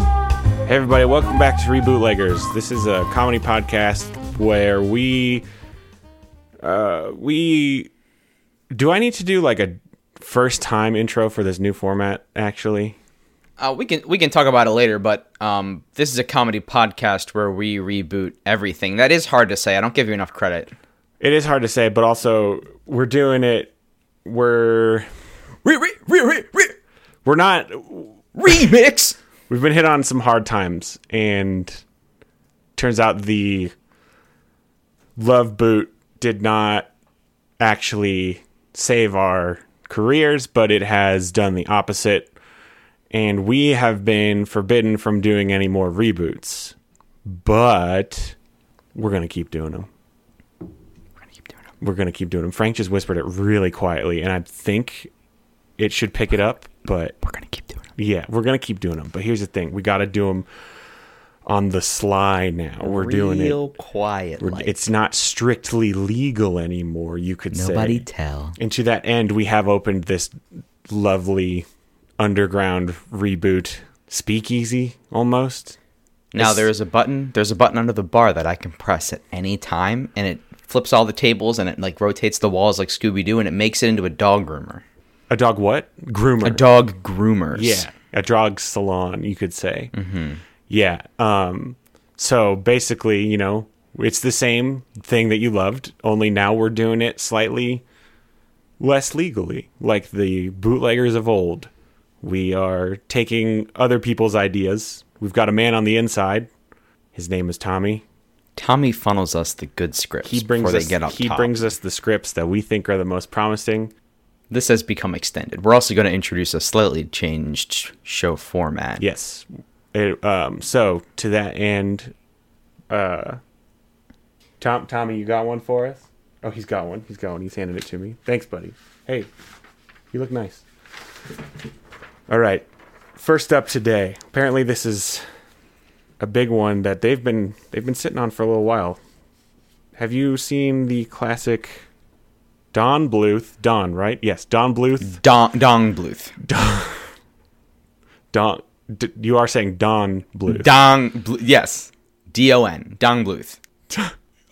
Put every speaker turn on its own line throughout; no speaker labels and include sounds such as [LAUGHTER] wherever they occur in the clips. Hey, everybody, welcome back to Rebootleggers. This is a comedy podcast where we. Uh, we. Do I need to do like a first time intro for this new format, actually?
Uh, we can we can talk about it later, but um, this is a comedy podcast where we reboot everything. That is hard to say. I don't give you enough credit.
It is hard to say, but also we're doing it. We're.
Re- re- re- re- re-
We're not.
remix.
We've been hit on some hard times, and turns out the Love Boot did not actually save our careers, but it has done the opposite. And we have been forbidden from doing any more reboots, but we're going to keep doing them. We're going to keep doing them. Frank just whispered it really quietly, and I think it should pick it up, but
We're gonna keep doing it.
yeah, we're gonna keep doing them. But here's the thing: we gotta do them on the sly now. We're doing it.
real quiet.
We're-
like.
It's not strictly legal anymore. You could
nobody
say.
tell.
and to that end, we have opened this lovely underground reboot speakeasy almost.
Now there is a button. There's a button under the bar that I can press at any time, and it flips all the tables and it like rotates the walls like Scooby Doo, and it makes it into a dog groomer.
A dog what? Groomer.
A dog groomers.
Yeah, a drug salon, you could say. Mm-hmm. Yeah. Um, so basically, you know, it's the same thing that you loved, only now we're doing it slightly less legally, like the bootleggers of old. We are taking other people's ideas. We've got a man on the inside. His name is Tommy.
Tommy funnels us the good scripts
He brings
before
us
they get up
he
top.
brings us the scripts that we think are the most promising.
this has become extended. We're also going to introduce a slightly changed show format.
Yes. It, um, so to that end, uh, Tom, Tommy, you got one for us? Oh, he's got one. He's got one. He's handed it to me. Thanks, buddy. Hey, you look nice. All right. First up today. Apparently, this is a big one that they've been they've been sitting on for a little while. Have you seen the classic Don Bluth? Don, right? Yes, Don Bluth.
Don, Dong Bluth.
Don. D- you are saying Don Bluth.
Dong, Blu- yes. D O N. Dong Bluth.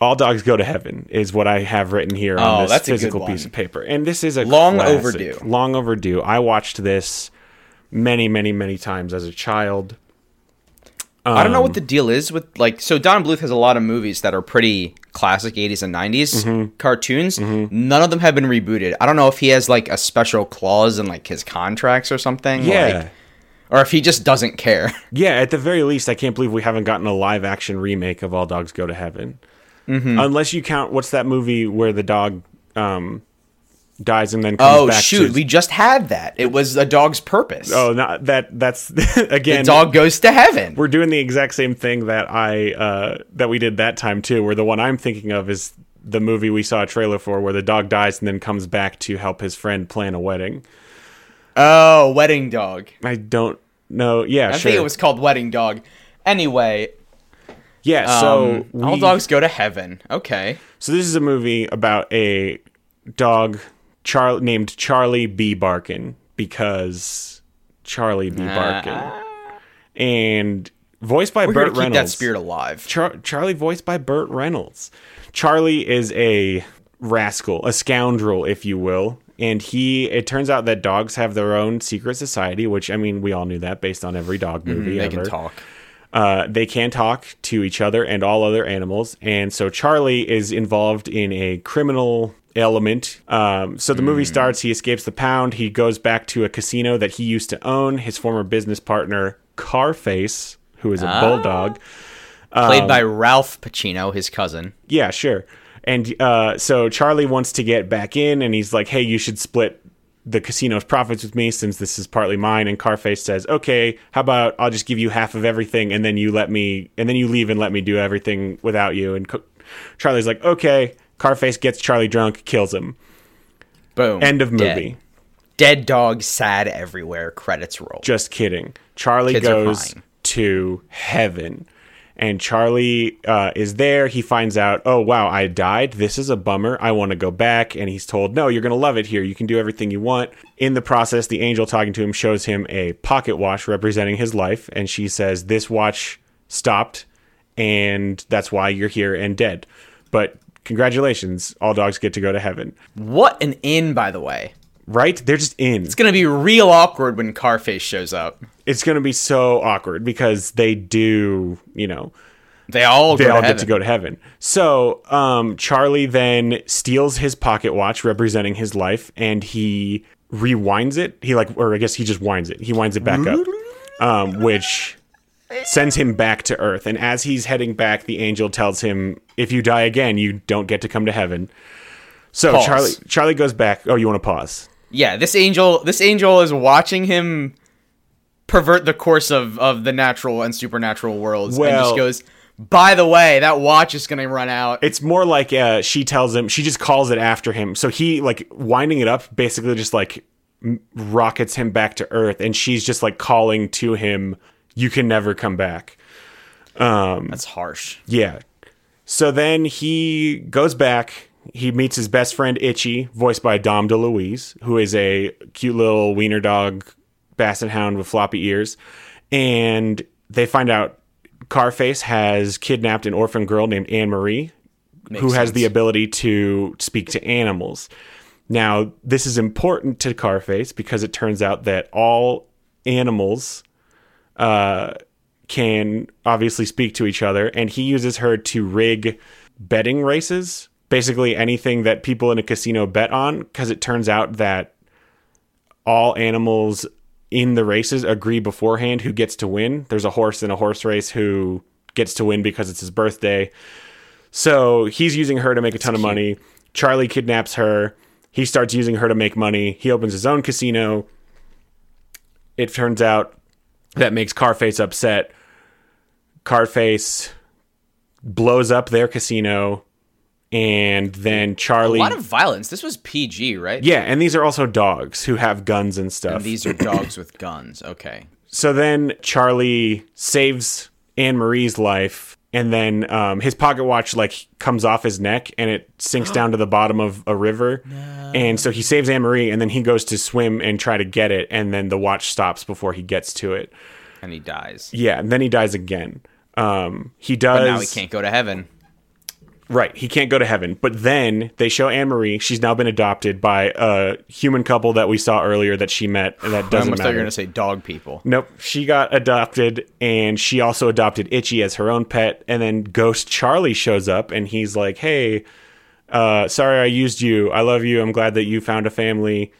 All dogs go to heaven is what I have written here on
Oh,
this
that's a good
physical
one.
piece of paper. And this is a
Long
classic.
overdue.
Long overdue. I watched this many, many, many times as a child.
I don't know
Um,
what the deal is with, like, so Don Bluth has a lot of movies that are pretty classic 80s and 90s
Mm-hmm.
cartoons. None of them have been rebooted. I don't know if he has, like, a special clause in, like, his contracts or something.
Yeah.
Like, or if he just doesn't care.
yeah, at the very least, I can't believe we haven't gotten a live action remake of All Dogs Go to Heaven.
Mm-hmm.
Unless you count what's that movie where the dog um, dies and then comes
Oh,
back
shoot.
to
We just had that. It was a dog's purpose.
Oh, not that that's [LAUGHS]
the
again
dog goes to heaven.
we're doing the exact same thing that I uh, that we did that time too. Where the one I'm thinking of is the movie we saw a trailer for, where the dog dies and then comes back to help his friend plan a wedding.
Oh, wedding dog.
I don't know. Yeah,
I
sure.
think it was called Wedding Dog. Anyway,
yeah. so
so um, all
we-
dogs go to heaven. Okay.
So this is a movie about a dog Char- named Charlie B. Barkin because Charlie B. Barkin and voiced by
Ah. We're
Burt
gonna keep that
Reynolds.
spirit alive.
Char- Charlie voiced by Burt Reynolds. Charlie is a rascal, a scoundrel, if you will. And he, it turns out that dogs have their own secret society, which I mean, we all knew that based on every dog movie
Mm-hmm, They
ever.
can talk.
Uh, they can talk to each other and all other animals. And so Charlie is involved in a criminal element. Um, so the
Hmm.
movie starts, he escapes the pound. He goes back to a casino that he used to own. His former business partner, Carface, who is a
Ah.
bulldog,
Played
Um,
by Ralph Pacino, his cousin.
yeah, sure. And uh, so Charlie wants to get back in, and he's like, "Hey, you should split the casino's profits with me, since this is partly mine." And Carface says, "Okay, how about I'll just give you half of everything, and then you let me, and then you leave and let me do everything without you." And Co- Charlie's like, "Okay." Carface gets Charlie drunk, kills him.
Boom.
End of
Dead.
movie.
Dead dog, sad everywhere. Credits roll.
Just kidding. Charlie
Kids are
goes
fine.
to heaven. and Charlie uh, is there. He finds out, oh, wow, I died. This is a bummer. I want to go back. And he's told, no, you're going to love it here. You can do everything you want. In the process, the angel talking to him shows him a pocket watch representing his life. And she says, this watch stopped, and that's why you're here and dead. But congratulations, all dogs get to go to heaven.
What an inn, by the way.
Right? They're just in.
It's gonna be real awkward when Carface shows up.
It's going to be so awkward because they do, you know,
They all
they
go
all
to
get to go to heaven. So um, Charlie then steals his pocket watch representing his life, and he rewinds it. He like, or I guess he just winds it. He winds it back up, um, which sends him back to Earth. And as he's heading back, the angel tells him, "If you die again, you don't get to come to heaven." So
Pause.
Charlie Charlie goes back. Oh, you want to pause?
Yeah, this angel this angel is watching him pervert the course of, of the natural and supernatural worlds and
Well-
just goes, By the way, that watch is gonna run out.
It's more like uh, she tells him. She just calls it after him. So he like winding it up, basically just like m- rockets him back to Earth, and she's just like calling to him, "You can never come back."
That's harsh.
Yeah. So then he goes back. He meets his best friend Itchy, voiced by Dom DeLuise, who is a cute little wiener dog, basset hound with floppy ears, and they find out Carface has kidnapped an orphan girl named Anne Marie, who has the ability to speak to animals. Now, this is important to Carface because it turns out that all animals can obviously speak to each other, and he uses her to rig betting races. Basically, anything that people in a casino bet on, because it turns out that all animals in the races agree beforehand who gets to win. There's a horse in a horse race who gets to win because it's his birthday. So he's using her to make a ton of money. Charlie kidnaps her. He starts using her to make money. He opens his own casino. It turns out that makes Carface upset. Carface blows up their casino, and then Charlie.
A lot of violence. This was PG, right?
yeah, and these are also dogs who have guns and stuff.
These are dogs with guns. Okay.
so then Charlie saves Anne Marie's life, and then um, his pocket watch like comes off his neck and it
[GASPS]
sinks down to the bottom of a river. And so he saves Anne Marie, and then he goes to swim and try to get it, and then the watch stops before he gets to it.
And he dies.
Yeah, and then he dies again. Um, he does.
Now he can't go to heaven.
Right, he can't go to heaven. But then they show Anne Marie. She's now been adopted by a human couple that we saw earlier that she met. And that
I
doesn't
almost thought you
matter.
were gonna say dog people.
Nope, she got adopted, and she also adopted Itchy as her own pet. And then Ghost Charlie shows up, and he's like, "Hey, uh, sorry I used you. I love you. I'm glad that you found a family.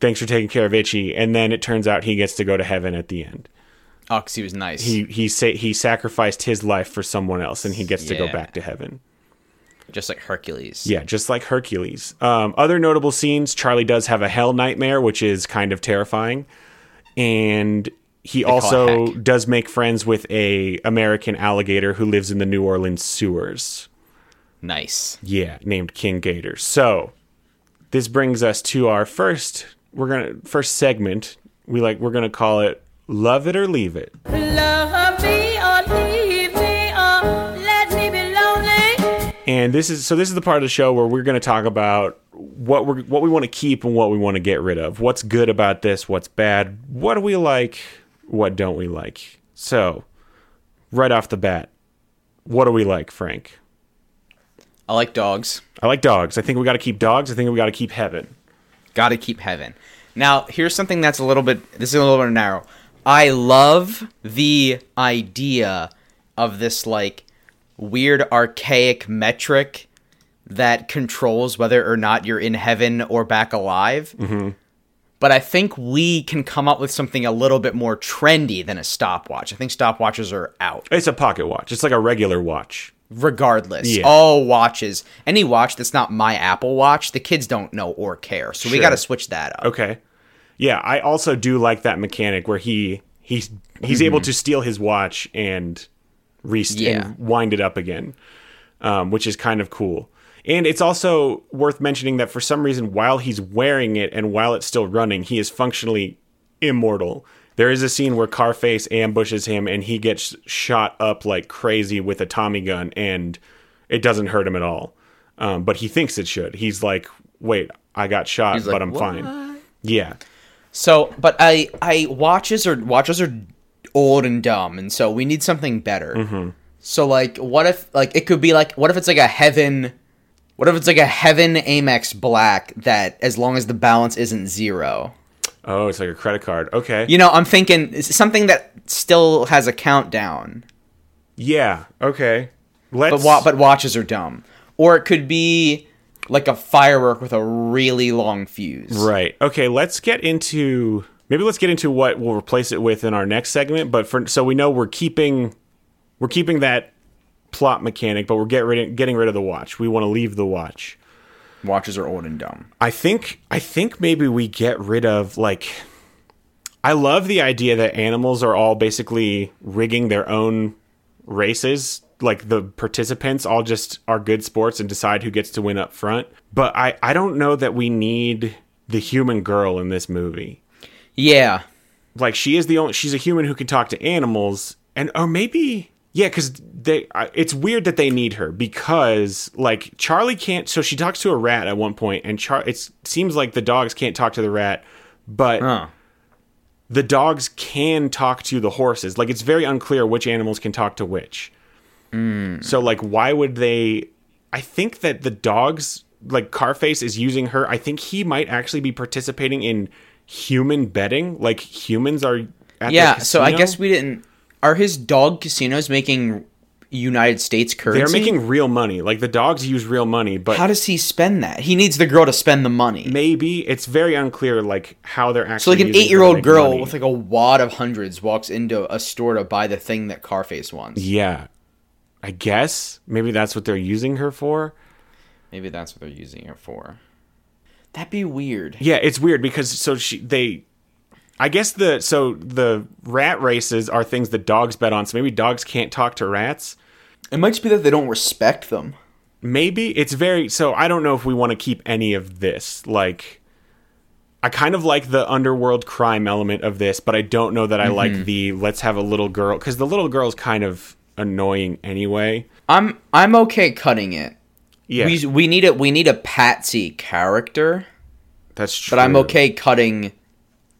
Thanks for taking care of Itchy." And then it turns out he gets to go to heaven at the end.
Oh, 'cause he was nice.
He he sa- he sacrificed his life for someone else, and he gets to go
Yeah.
back to heaven.
just like Hercules.
Yeah, just like Hercules. Um, other notable scenes: Charlie does have a hell nightmare, which is kind of terrifying, and he
it
also
heck.
does make friends with a American alligator who lives in the New Orleans sewers.
Nice.
Yeah, named King Gator. So this brings us to our first. We're gonna first segment. We like we're gonna call it "Love It or Leave It."
Love me or leave me or let me be lonely.
And this is so this is the part of the show where we're going to talk about what we are what we want to keep and what we want to get rid of. What's good about this, what's bad, what do we like, what don't we like. So, right off the bat, what do we like, Frank?
I like dogs.
I like dogs. I think we got to keep dogs. I think we got to keep heaven.
Got to keep heaven. Now, here's something that's a little bit. This is a little bit narrow. I love the idea of this like weird archaic metric that controls whether or not you're in heaven or back alive.
Mm-hmm.
But I think we can come up with something a little bit more trendy than a stopwatch. I think stopwatches are out.
It's a pocket watch. It's like a regular watch.
regardless.
Yeah.
All watches, any watch that's not my Apple Watch, the kids don't know or care. So we
Sure.
got to switch that up.
Okay. Yeah, I also do like that mechanic where he he's he's able to steal his watch and re
Yeah.
and wind it up again, um, which is kind of cool. And it's also worth mentioning that for some reason, while he's wearing it and while it's still running, he is functionally immortal. There is a scene where Carface ambushes him and he gets shot up like crazy with a Tommy gun and it doesn't hurt him at all. Um, but he thinks it should. He's like, wait, I got shot,
He's
but
like,
I'm
"What?"
fine. Yeah.
So, but I I watches are watches are old and dumb, and so we need something better. So, like, what if like it could be like what if it's like a heaven, what if it's like a heaven Amex Black that as long as the balance isn't zero,
Oh, it's like a credit card. Okay.
you know, I'm thinking it's something that still has a countdown,
Yeah. Okay. Let's.
but wa- but watches are dumb, or it could be like a firework with a really long fuse.
Right. Okay, let's get into maybe let's get into what we'll replace it with in our next segment, but for so we know we're keeping we're keeping that plot mechanic, but we're get rid, getting rid of the watch. We want to leave the watch.
Watches are old and dumb.
I think I think maybe we get rid of like I love the idea that animals are all basically rigging their own races. Like the participants all just are good sports and decide who gets to win up front. But I, I don't know that we need the human girl in this movie.
Yeah,
like she is the only she's a human who can talk to animals and or maybe yeah because they I- it's weird that they need her because like charlie can't so she talks to a rat at one point and char it seems like the dogs can't talk to the rat but
Huh.
the dogs can talk to the horses like it's very unclear which animals can talk to which
Hmm.
so like why would they i think that the dogs like carface is using her i think he might actually be participating in human betting like humans are at the
Yeah, so I
casino.
guess we didn't. Are his dog casinos making United States currency?
they're making real money like the dogs use real money but
How does he spend that? He needs the girl to spend the money.
maybe it's very unclear like how they're actually
so like an
using her to
eight-year-old
make
girl
money.
with like a wad of hundreds walks into a store to buy the thing that Carface wants.
yeah i guess maybe that's what they're using her for
Maybe that's what they're using it for. That'd be weird.
Yeah, it's weird because so she they I guess the so the rat races are things that dogs bet on, so maybe dogs can't talk to rats.
It might just be that they don't respect them.
Maybe it's very so I don't know if we want to keep any of this. Like I kind of like the underworld crime element of this, but I don't know that I
Mm-hmm.
like the let's have a little girl cuz the little girl's kind of annoying anyway.
I'm I'm okay cutting it.
Yeah.
We we need a we need a patsy character,
that's true.
but I'm okay cutting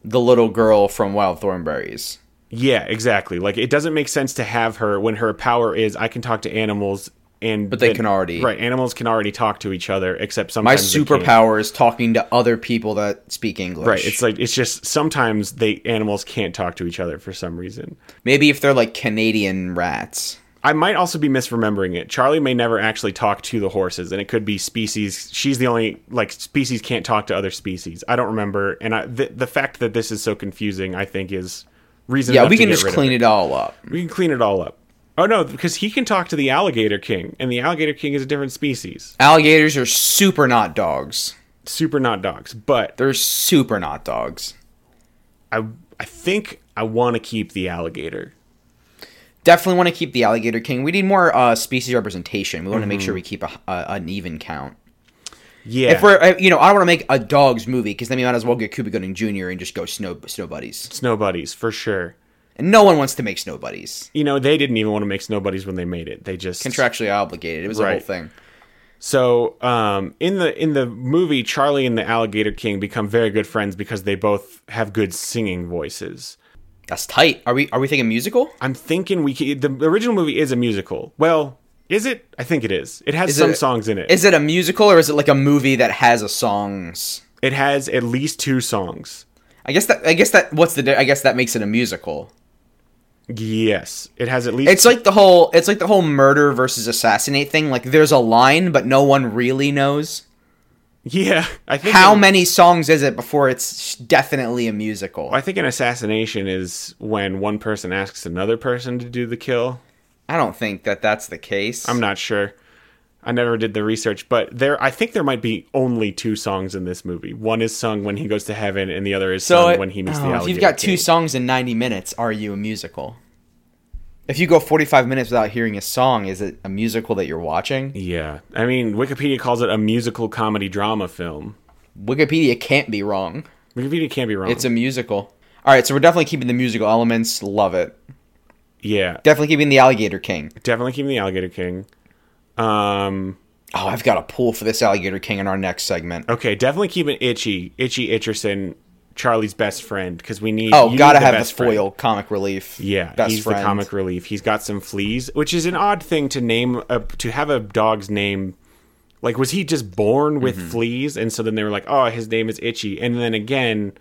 the little girl from Wild Thornberries.
Yeah, exactly. Like it doesn't make sense to have her when her power is I can talk to animals and
But they can already-
right. Animals can already talk to each other, except
My
sometimes they can't.
superpower is talking to other people that speak English.
Right, it's like it's just sometimes they animals can't talk to each other for some reason.
maybe if they're like Canadian rats.
I might also be misremembering it. Charlie may never actually talk to the horses, and it could be species. She's the only like species can't talk to other species. I don't remember, and I, the the fact that this is so confusing, I think, is reason.
Yeah,
enough
we
to
can
get
just
rid of
clean it all up.
We can clean it all up. Oh no, because he can talk to the alligator king, and the alligator king is a different species.
Alligators are super not dogs.
Super not dogs, but
They're super not dogs.
I I think I want to keep the alligator.
Definitely want to keep the alligator king. We need more uh, species representation. We want to make sure we keep a, a, an even count.
Mm-hmm. Yeah,
If we're, uh, you know, I don't want to make a dogs movie because then we might as well get Cuba Gooding Jr. and just go snow snow buddies.
snow buddies for sure.
And no one wants to make snow buddies.
You know they didn't even want to make snow buddies when they made it. They just
Contractually obligated. It was a whole
Right.
thing.
So um, in the in the movie, Charlie and the alligator king become very good friends because they both have good singing voices.
That's tight. Are we are we thinking musical?
I'm thinking we could, the original movie is a musical. Well, is it? I think it is. It has
Is
some
it-
songs in it.
Is it a musical or is it like a movie that has a songs?
It has at least two songs.
I guess that I guess that what's the di- I guess that makes it a musical.
Yes, it has at least.
It's like the whole it's like the whole murder versus assassinate thing. Like there's a line, but no one really knows
[LAUGHS] yeah. I think
how
an-
many songs is it before it's definitely a musical.
I think an assassination is when one person asks another person to do the kill.
I don't think that that's the case.
I'm not sure. I never did the research, but there I think there might be only two songs in this movie. One is sung when he goes to heaven, and the other is
so
sung
it-
when he meets
oh,
the alligator.
if you've got two
king.
songs in 90 minutes, are you a musical? If you go 45 minutes without hearing a song, is it a musical that you're watching?
yeah, I mean Wikipedia calls it a musical comedy drama film.
Wikipedia can't be wrong.
Wikipedia can't be wrong.
It's a musical. All right, so we're definitely keeping the musical elements. Love it.
Yeah,
Definitely keeping the Alligator King.
definitely keeping the Alligator King. Um,
Oh, I've got a pool for this Alligator King in our next segment.
okay, definitely keeping Itchy, Itchy Itcherson, Charlie's best friend because we need. you
Oh,
need
gotta have the
best friend.
foil comic relief.
Yeah,
best
he's
friend.
the comic relief. He's got some fleas, which is an odd thing to name a, to have a dog's name. Like, was he just born with
Mm-hmm.
fleas? And so then they were like, oh, his name is Itchy. And then again,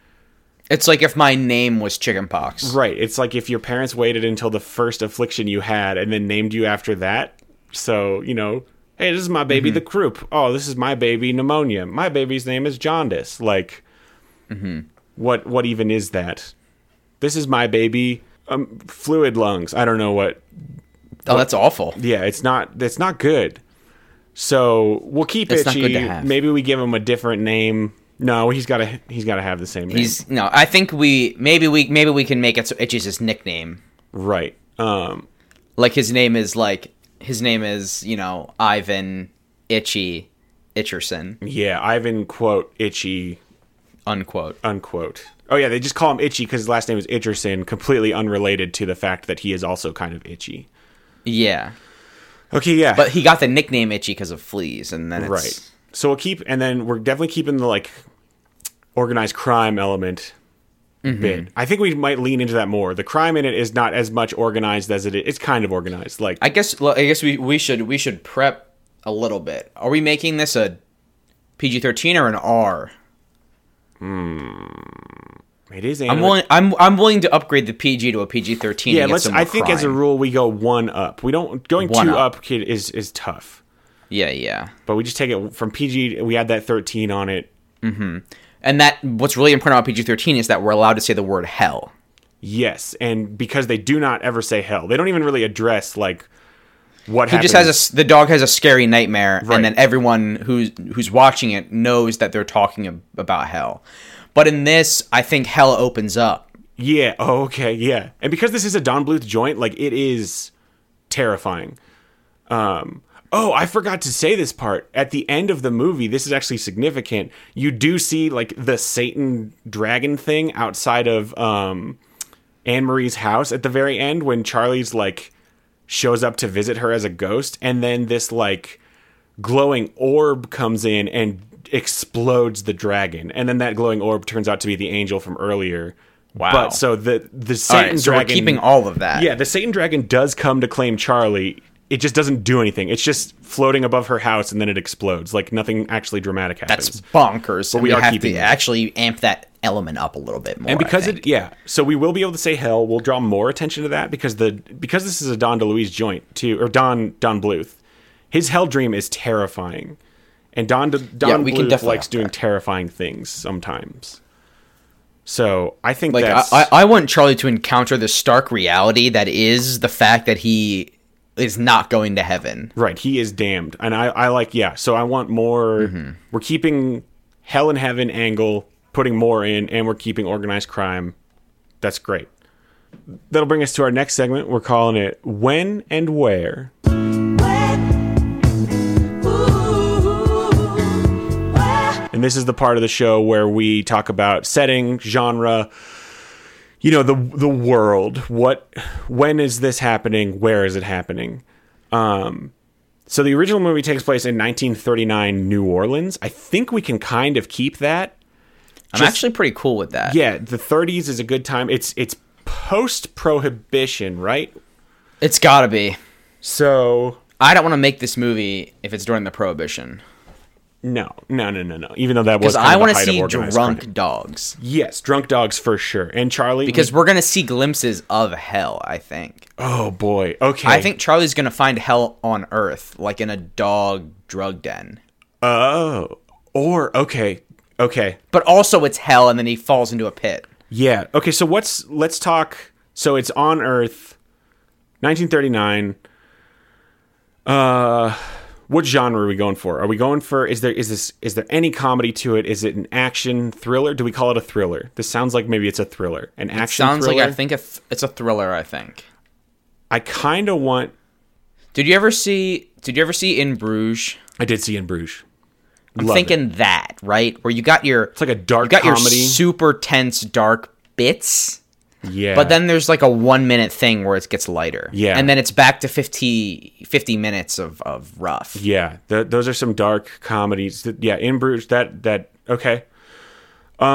It's like if my name was Chickenpox.
right? It's like if your parents waited until the first affliction you had and then named you after that. So you know, hey, this is my
Mm-hmm.
baby, the croup. Oh, this is my baby, pneumonia. My baby's name is jaundice. Like,
Mm-hmm.
what? What even is that? This is my baby. Um, fluid lungs. I don't know what
Oh, that's awful.
yeah, it's not it's not good. So we'll keep
It's not
itchy.
good to have.
Maybe we give him a different name. No, he's got to he's got to have the same name.
He's no. I think we maybe we maybe we can make it so Itchy's his nickname.
right. Um,
Like his name is like his name is you know Ivan Itchy Itcherson
yeah, Ivan quote itchy
unquote.
unquote. Oh yeah, they just call him itchy because his last name is Itcherson, completely unrelated to the fact that he is also kind of itchy.
Yeah,
Okay, yeah,
but he got the nickname Itchy because of fleas, and then it's,
right. So we'll keep, and then we're definitely keeping the like organized crime element
Mm-hmm.
bit. I think we might lean into that more. The crime in it is not as much organized as it is. It's kind of organized, like
I guess well, I guess we, we should we should prep a little bit. Are we making this a PG thirteen or an R?
It is.
I'm willing I'm I'm willing to upgrade the PG to a PG thirteen.
Yeah, let's. I think as a rule we go one up. We don't going
One
two
up.
up. kid is is tough.
Yeah, yeah.
But we just take it from PG. We add that thirteen on it.
And that what's really important about PG thirteen is that we're allowed to say the word hell.
Yes, and because they do not ever say hell, they don't even really address like what
He
happens.
just has a s- the dog has a scary nightmare,
Right.
and then everyone who's who's watching it knows that they're talking ab- about hell. But in this, I think hell opens up.
yeah. Oh, okay. Yeah, and because this is a Don Bluth joint, like it is terrifying. Um. Oh, I forgot to say this part. At the end of the movie, this is actually significant. You do see like the Satan dragon thing outside of um Anne Marie's house at the very end when Charlie's like shows up to visit her as a ghost, and then this like glowing orb comes in and explodes the dragon, and then that glowing orb turns out to be the angel from earlier.
Wow.
But so the the
All
Satan
right, so we're
dragon
keeping all of that.
yeah, the Satan dragon does come to claim Charlie. It just doesn't do anything. It's just floating above her house, and then it explodes. Like nothing actually dramatic happens.
That's bonkers. But
we
we,
are
have to
keeping it.
actually amp that element up a little bit more.
and because
I think.
it yeah so we will be able to say hell we'll draw more attention to that because the because this is a don deluise joint too or don don bluth his hell dream is terrifying and don don
Yeah, we can
bluth
definitely
likes
up
doing
that.
terrifying things sometimes so i think
like
that's
I, I, I want Charlie to encounter the stark reality that is the fact that he is not going to heaven.
right he is damned and i i like yeah so i want more we're keeping hell and heaven angle putting more in and we're keeping organized crime that's great that'll bring us to our next segment we're calling it when and where And this is the part of the show where we talk about setting, genre, you know, the the world. What when is this happening? Where is it happening? Um so the original movie takes place in 1939 New Orleans. I think we can kind of keep that.
I'm
Just-
actually pretty cool with that.
Yeah, the 30s is a good time. It's it's post prohibition, right?
It's gotta be.
So
I don't want to make this movie if it's during the prohibition
no, no, no, no, no. Even though that was
because
kind
I
of the
want to
height of
see
organized
drunk
crime. Mm-hmm.
dogs
Yes, drunk dogs for sure. And Charlie
because we're gonna see glimpses of hell. I think.
oh boy. Okay.
I think Charlie's gonna find hell on Earth, like in a dog drug den.
Oh, or okay, okay,
But also, it's hell, and then he falls into a pit.
yeah, okay. So what's let's talk. So it's on Earth, 1939. Uh, what genre are we going for? Are we going for is there is this is there any comedy to it? Is it an action thriller? Do we call it a thriller? This sounds like maybe it's a thriller, an action.
Sounds
thriller.
like I think a th- it's a thriller. I think.
I kind of want.
Did you ever see? Did you ever see In Bruges?
I did see in Bruges.
I'm
Love it.
thinking that right where you got your it's
like a dark
you got
comedy.
your super tense dark bits.
Yeah.
But then there's like a one minute thing where it gets lighter.
Yeah.
And then it's back to 50, 50 minutes of, of rough.
yeah, th- those are some dark comedies. Th- yeah, in Bruges. That that okay. Um.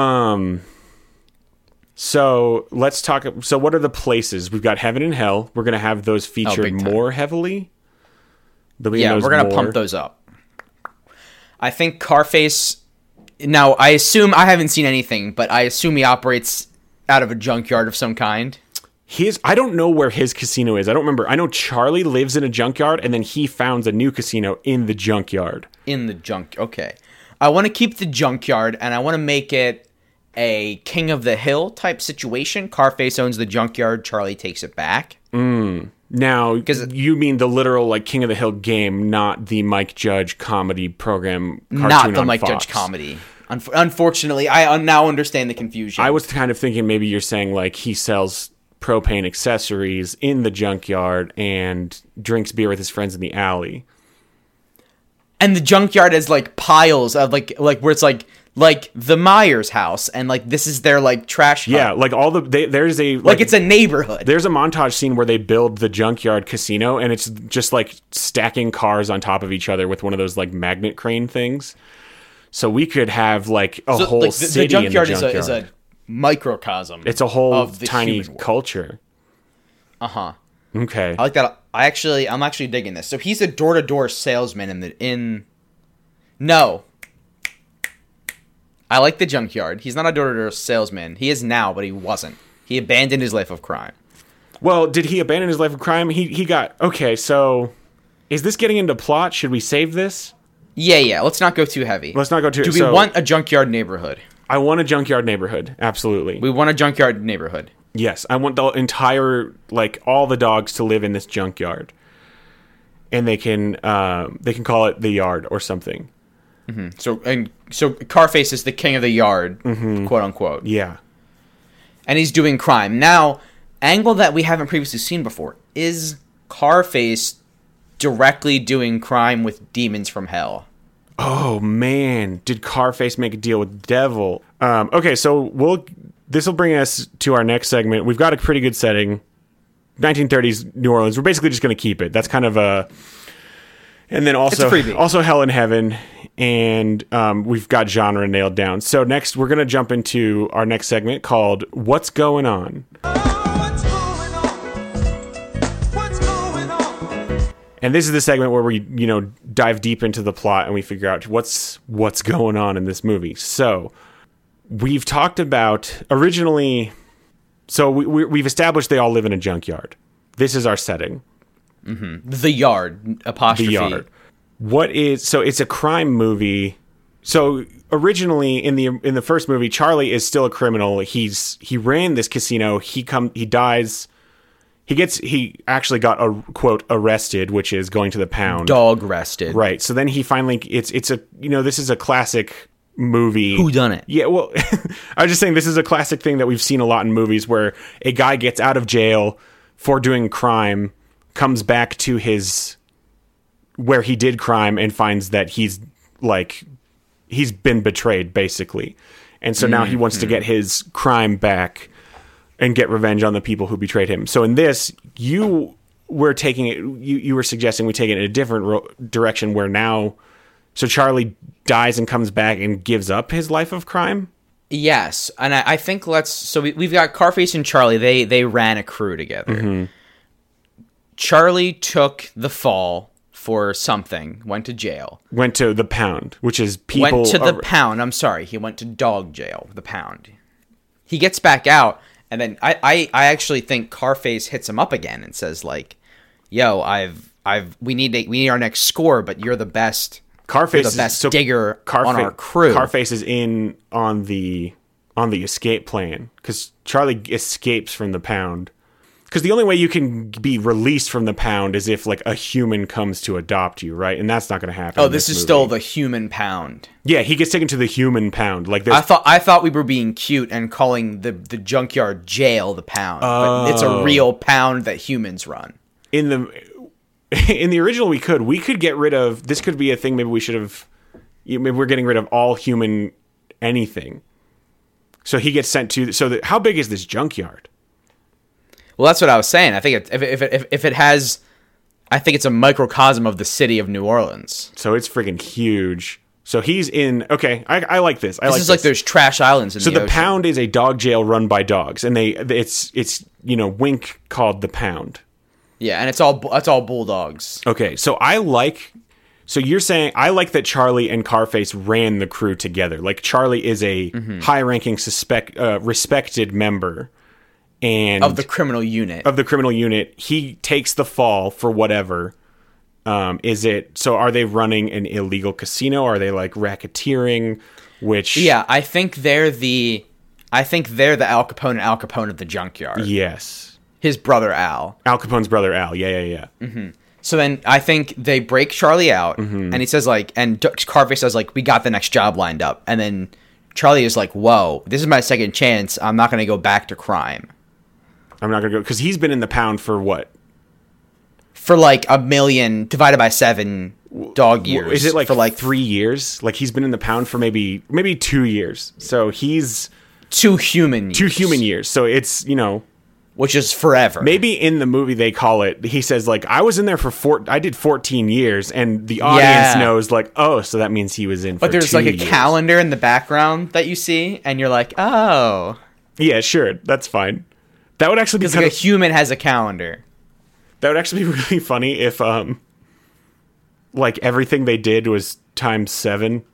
So let's talk. So what are the places we've got? Heaven and Hell. We're gonna have those featured
Oh, big time.
more heavily. There'll be
Yeah,
those
we're going to
more.
pump those up. I think Carface. Now, I assume I haven't seen anything, but I assume he operates out of a junkyard of some kind.
His I don't know where his casino is. I don't remember. I know Charlie lives in a junkyard, and then he founds a new casino in the junkyard.
in the junk. Okay, I want to keep the junkyard, and I want to make it a King of the Hill type situation. Carface owns the junkyard. Charlie takes it back.
Now,
'Cause-
you mean the literal like King of the Hill game, not the Mike Judge comedy program? Cartoon
Not the
on
Mike
Fox.
Judge comedy. Unf unfortunately, I un- now understand the confusion.
I was kind of thinking maybe you're saying like he sells propane accessories in the junkyard and drinks beer with his friends in the alley.
and the junkyard is like piles of like like where it's like like the Myers house, and like this is their like trash. hut.
Yeah, Uh, like all the they, there's a
like it's a neighborhood.
there's a montage scene where they build the junkyard casino and it's just like stacking cars on top of each other with one of those like magnet crane things. So we could have like a
So,
whole
like, the, the
city
junkyard,
in the junkyard.
Is, a, is a microcosm.
it's a whole
of the
tiny
human world.
culture.
Uh huh.
Okay.
I like that. I actually, I'm actually digging this. So he's a door to door salesman in the in. No. I like the junkyard. He's not a door to door salesman. He is now, but he wasn't. He abandoned his life of crime.
Well, did he abandon his life of crime? He he got okay. So, is this getting into plot? Should we save this?
Yeah, yeah. Let's not go too heavy.
Let's not go too.
Do we
so,
want a junkyard neighborhood?
I want a junkyard neighborhood. Absolutely.
We want a junkyard neighborhood.
yes, I want the entire like all the dogs to live in this junkyard, and they can um, they can call it the yard or something.
So and so, Carface is the king of the yard,
Mm-hmm.
quote unquote.
Yeah.
and he's doing crime. Now, angle that we haven't previously seen before is Carface directly doing crime with demons from hell.
Oh man, did Carface make a deal with the devil? Um, okay, so we'll this will bring us to our next segment. We've got a pretty good setting, 1930s New Orleans. We're basically just going to keep it. That's kind of a, and then also
freebie.
also Hell in Heaven, and um, we've got genre nailed down. So next we're going to jump into our next segment called "What's Going On,"
What's going on? What's going on?
and this is the segment where we you know dive deep into the plot and we figure out what's what's going on in this movie. So. we've talked about originally so we, we, we've established they all live in a junkyard this is our setting
The yard
the
apostrophe.
yard what is so it's a crime movie so originally in the in the first movie charlie is still a criminal he's he ran this casino he come he dies he gets he actually got a quote arrested which is going to the pound
Dog rested.
right so then he finally it's it's a you know this is a classic movie
Who done it?
yeah, well, [LAUGHS] I was just saying this is a classic thing that we've seen a lot in movies where a guy gets out of jail for doing crime, comes back to his where he did crime and finds that he's like he's been betrayed basically. And so now he wants to get his crime back and get revenge on the people who betrayed him. So in this, you were taking it you you were suggesting we take it in a different ro- direction where now so Charlie dies and comes back and gives up his life of crime.
Yes, and I, I think let's. So we, we've got Carface and Charlie. They they ran a crew together.
Mm-hmm.
Charlie took the fall for something. Went to jail.
Went to the pound, which is people.
went to the
are-
pound. I'm sorry, he went to dog jail. The pound. He gets back out, and then I, I, I actually think Carface hits him up again and says like, "Yo, I've, I've, we need, to, we need our next score, but you're the best.
Carface
you're
is-
the best
so
digger
Carfa-
on our crew.
Carface is in on the on the escape plan because Charlie escapes from the pound. Because the only way you can be released from the pound is if like a human comes to adopt you, right? And that's not going to happen.
Oh,
in
this, is
movie.
still the human pound.
yeah. He gets taken to the human pound. Like there's
I thought, I thought we were being cute and calling the the junkyard jail the pound, but it's
Oh.
a real pound that humans run.
in the [LAUGHS] in the original we could we could get rid of this could be a thing maybe we should have you- maybe we're getting rid of all human anything So he gets sent to. So the, how big is this junkyard?
Well, that's what I was saying. I think it, if, if, if, if it has, I think it's a microcosm of the city of New Orleans.
So it's freaking huge. So he's in. Okay, I, I like this. I
This
like
is like
this.
those trash islands in
So
the,
the
ocean.
pound is a dog jail run by dogs, and they it's it's you know Wink called the pound.
Yeah, and it's all bu- it's all bulldogs.
Okay, so I like. So you're saying I like that Charlie and Carface ran the crew together. Like Charlie is a
Mm-hmm.
high-ranking suspect, uh, respected member, and
Of the criminal unit.
of the criminal unit, he takes the fall for whatever. Um, is it so? Are they running an illegal casino? Are they like racketeering? Which
yeah, I think they're the I think they're the Al Capone and Al Capone of the junkyard.
yes,
His brother Al.
Al Capone's brother Al. Yeah, yeah, yeah.
So then I think they break Charlie out,
Mm-hmm.
and he says like, and D- Carface says like, we got the next job lined up, and then Charlie is like, whoa, this is my second chance. I'm not gonna go back to crime Mm-hmm.
I'm not gonna go because he's been in the pound for what?
for like a million divided by seven dog years.
Is it like
for like
three years? Like he's been in the pound for maybe maybe two years. So he's
two human years,
two human years. So it's you know
which is forever.
maybe in the movie they call it. He says like I was in there for four. I did 14 years, and the audience
Yeah.
knows like oh, so that means he was in.
But there's like a
cow.
calendar in the background that you see, and you're like, oh,
Yeah, sure, that's fine. That would actually be
it's like
kind
a
of,
human has a calendar.
that would actually be [LAUGHS] really funny if um like everything they did was times seven.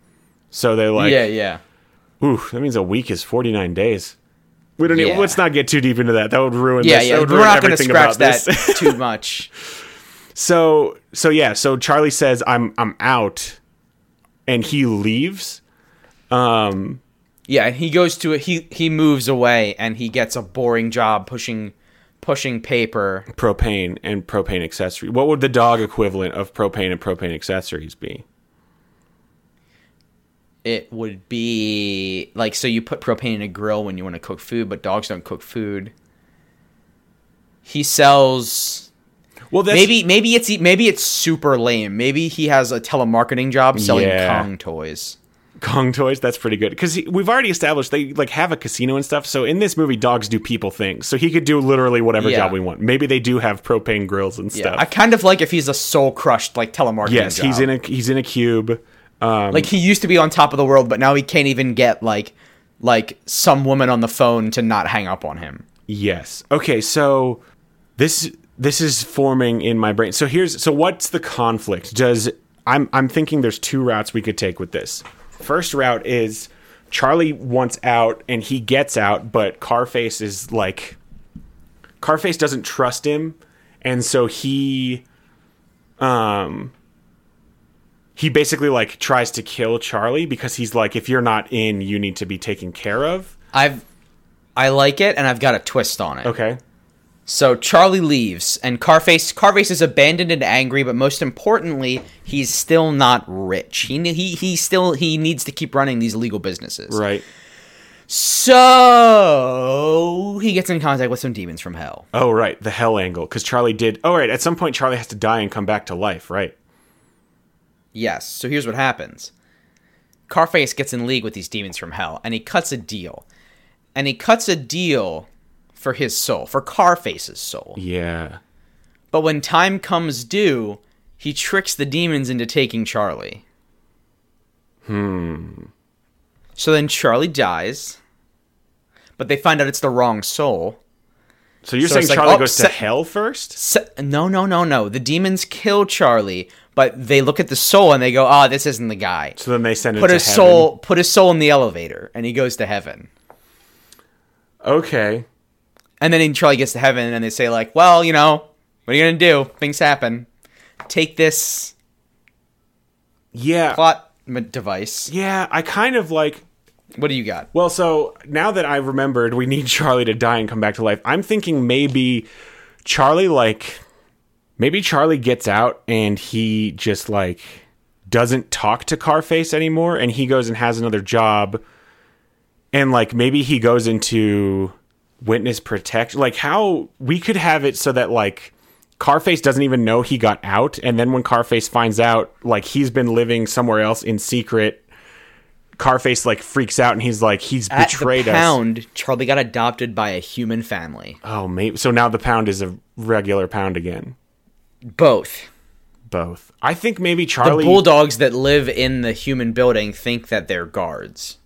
So they're like
yeah, yeah.
Ooh, that means a week is 49 days. We don't need,
Yeah.
let's not get too deep into that. That would ruin
Yeah,
this.
yeah,
That would
we're
ruin
not going to
everything
scratch
about
that
this.
too much.
[LAUGHS] so, so yeah, so Charlie says I'm I'm out and he leaves.
Yeah, and he goes to a, he he moves away and he gets a boring job pushing pushing paper.
Propane and propane accessory. What would the dog equivalent of propane and propane accessories be?
It would be like so you put propane in a grill when you want to cook food, but dogs don't cook food. He sells
Well, that's
[LAUGHS] maybe maybe it's e, maybe it's super lame. Maybe he has a telemarketing job selling
Yeah.
Kong toys.
Kong toys. That's pretty good because we've already established they like have a casino and stuff. So in this movie, dogs do people things. So he could do literally whatever
Yeah.
job we want. Maybe they do have propane grills and
Yeah,
stuff.
I kind of like if he's a soul crushed like telemarketing.
yes, he's
job.
in a he's in a cube.
Like he used to be on top of the world, but now he can't even get like like some woman on the phone to not hang up on him.
Yes. Okay, so this this is forming in my brain. So here's so what's the conflict? Does I'm I'm thinking there's two routes we could take with this. First route is Charlie wants out and he gets out, but Carface is like Carface doesn't trust him, and so he um he basically like tries to kill Charlie because he's like if you're not in, you need to be taken care of.
I've I like it and I've got a twist on it.
Okay.
So Charlie leaves and Carface Carface is abandoned and angry, but most importantly, he's still not rich. He ne- he he still he needs to keep running these illegal businesses.
Right.
So he gets in contact with some demons from hell.
Oh right, the hell angle because Charlie did. Oh right, at some point Charlie has to die and come back to life, right?
Yes. So here's what happens Carface gets in league with these demons from hell, and he cuts a deal. And he cuts a deal for his soul, for Carface's soul.
Yeah.
But when time comes due, he tricks the demons into taking Charlie. Hmm. So then Charlie dies, but they find out it's the wrong soul.
So you're
So
saying
it's like,
Charlie
oh,
goes to
se-
hell first?
So, no, no, no, no. The demons kill Charlie, but they look at the soul and they go, "Ah, this isn't the guy."
So then they send him
put
to
his
heaven.
soul put his soul in the elevator and he goes to heaven
Okay.
and then charlie gets to heaven and they say like well you know what are you gonna do things happen take this
Yeah.
plot m- device
Yeah, I kind of like.
what do you got
Well, so now that I remembered, we need [LAUGHS] Charlie to die and come back to life. I'm thinking maybe Charlie like maybe Charlie gets out and he just like doesn't talk to Carface anymore, and he goes and has another job. and like maybe he goes into witness protection like how we could have it so that like carface doesn't even know he got out and then when carface finds out like he's been living somewhere else in secret Carface like freaks out and he's like, he's
At
betrayed
the
us.
pound, Charlie got adopted by a human family.
Oh, maybe so. Now the pound is a regular pound again.
Both.
Both. I think maybe Charlie.
The bulldogs that live in the human building think that they're guards.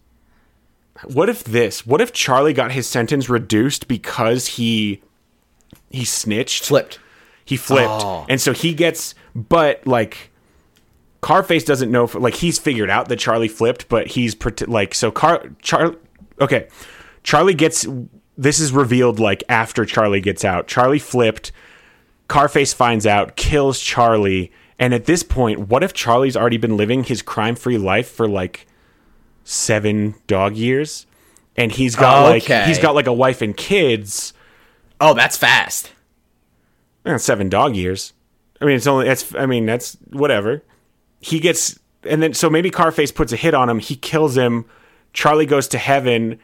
what if this? What if Charlie got his sentence reduced because he he snitched?
Flipped.
He flipped,
Oh.
and so he gets. But like, Carface doesn't know. Like he's figured out that Charlie flipped, but he's prote- like so. Car Charlie. Okay, Charlie gets. This is revealed like after Charlie gets out. Charlie flipped. Carface finds out, kills Charlie, and at this point, what if Charlie's already been living his crime-free life for like seven dog years, and he's got
Okay.
like he's got like a wife and kids.
Oh, that's fast.
Eh, seven dog years. I mean, it's only that's. I mean, that's whatever. He gets, and then so maybe Carface puts a hit on him. He kills him. Charlie goes to heaven.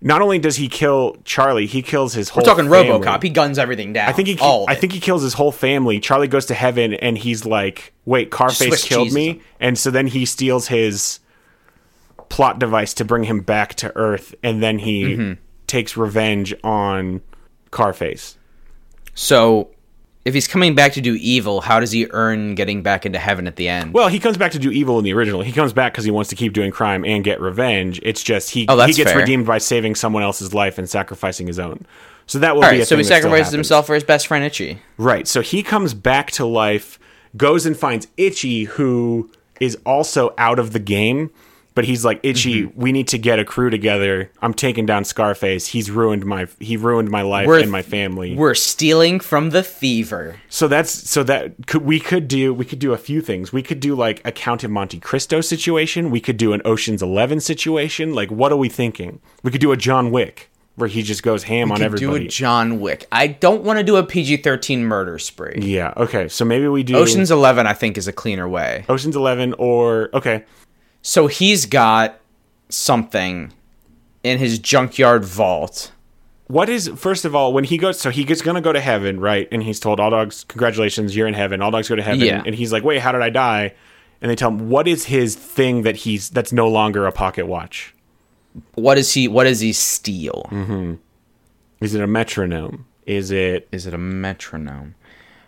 Not only does he kill Charlie, he kills his whole.
We're talking
family.
RoboCop. He guns everything down.
I think he.
All of
I
it.
think he kills his whole family. Charlie goes to heaven, and he's like, "Wait, Carface
Swiss
killed
cheeses
me,"
him.
and so then he steals his plot device to bring him back to Earth, and then he
Mm-hmm.
takes revenge on Carface.
So, if he's coming back to do evil, how does he earn getting back into heaven at the end?
Well, he comes back to do evil in the original. He comes back because he wants to keep doing crime and get revenge. It's just he
Oh, that's
he gets
fair.
redeemed by saving someone else's life and sacrificing his own. So that will
All
be a
right, so
thing
he
that still
sacrifices
happens.
himself for his best friend Itchy.
Right. So he comes back to life, goes and finds Itchy, who is also out of the game. But he's like, Itchy,
Mm-hmm.
we need to get a crew together. I'm taking down Scarface. He's ruined my he ruined my life
We're-
and my family.
We're stealing from the fever.
So that's so that could, we could do we could do a few things. We could do like a Count of Monte Cristo situation. We could do an Ocean's Eleven situation. Like, what are we thinking? We could do a John Wick where he just goes ham on
Could
everybody.
Do a John Wick. I don't want to do a PG thirteen murder spree.
yeah. Okay. So maybe we do
Ocean's Eleven, I think, is a cleaner way.
Ocean's Eleven or okay.
So he's got something in his junkyard vault.
What is first of all when he goes? So he gets gonna go to heaven, right? And he's told all dogs, congratulations, you're in heaven. All dogs go to heaven.
Yeah.
And he's like, wait, how did I die? And they tell him what is his thing that he's that's no longer a pocket watch.
What is he? What does he steal?
Hmm. Is it a metronome? Is it
Is it a metronome?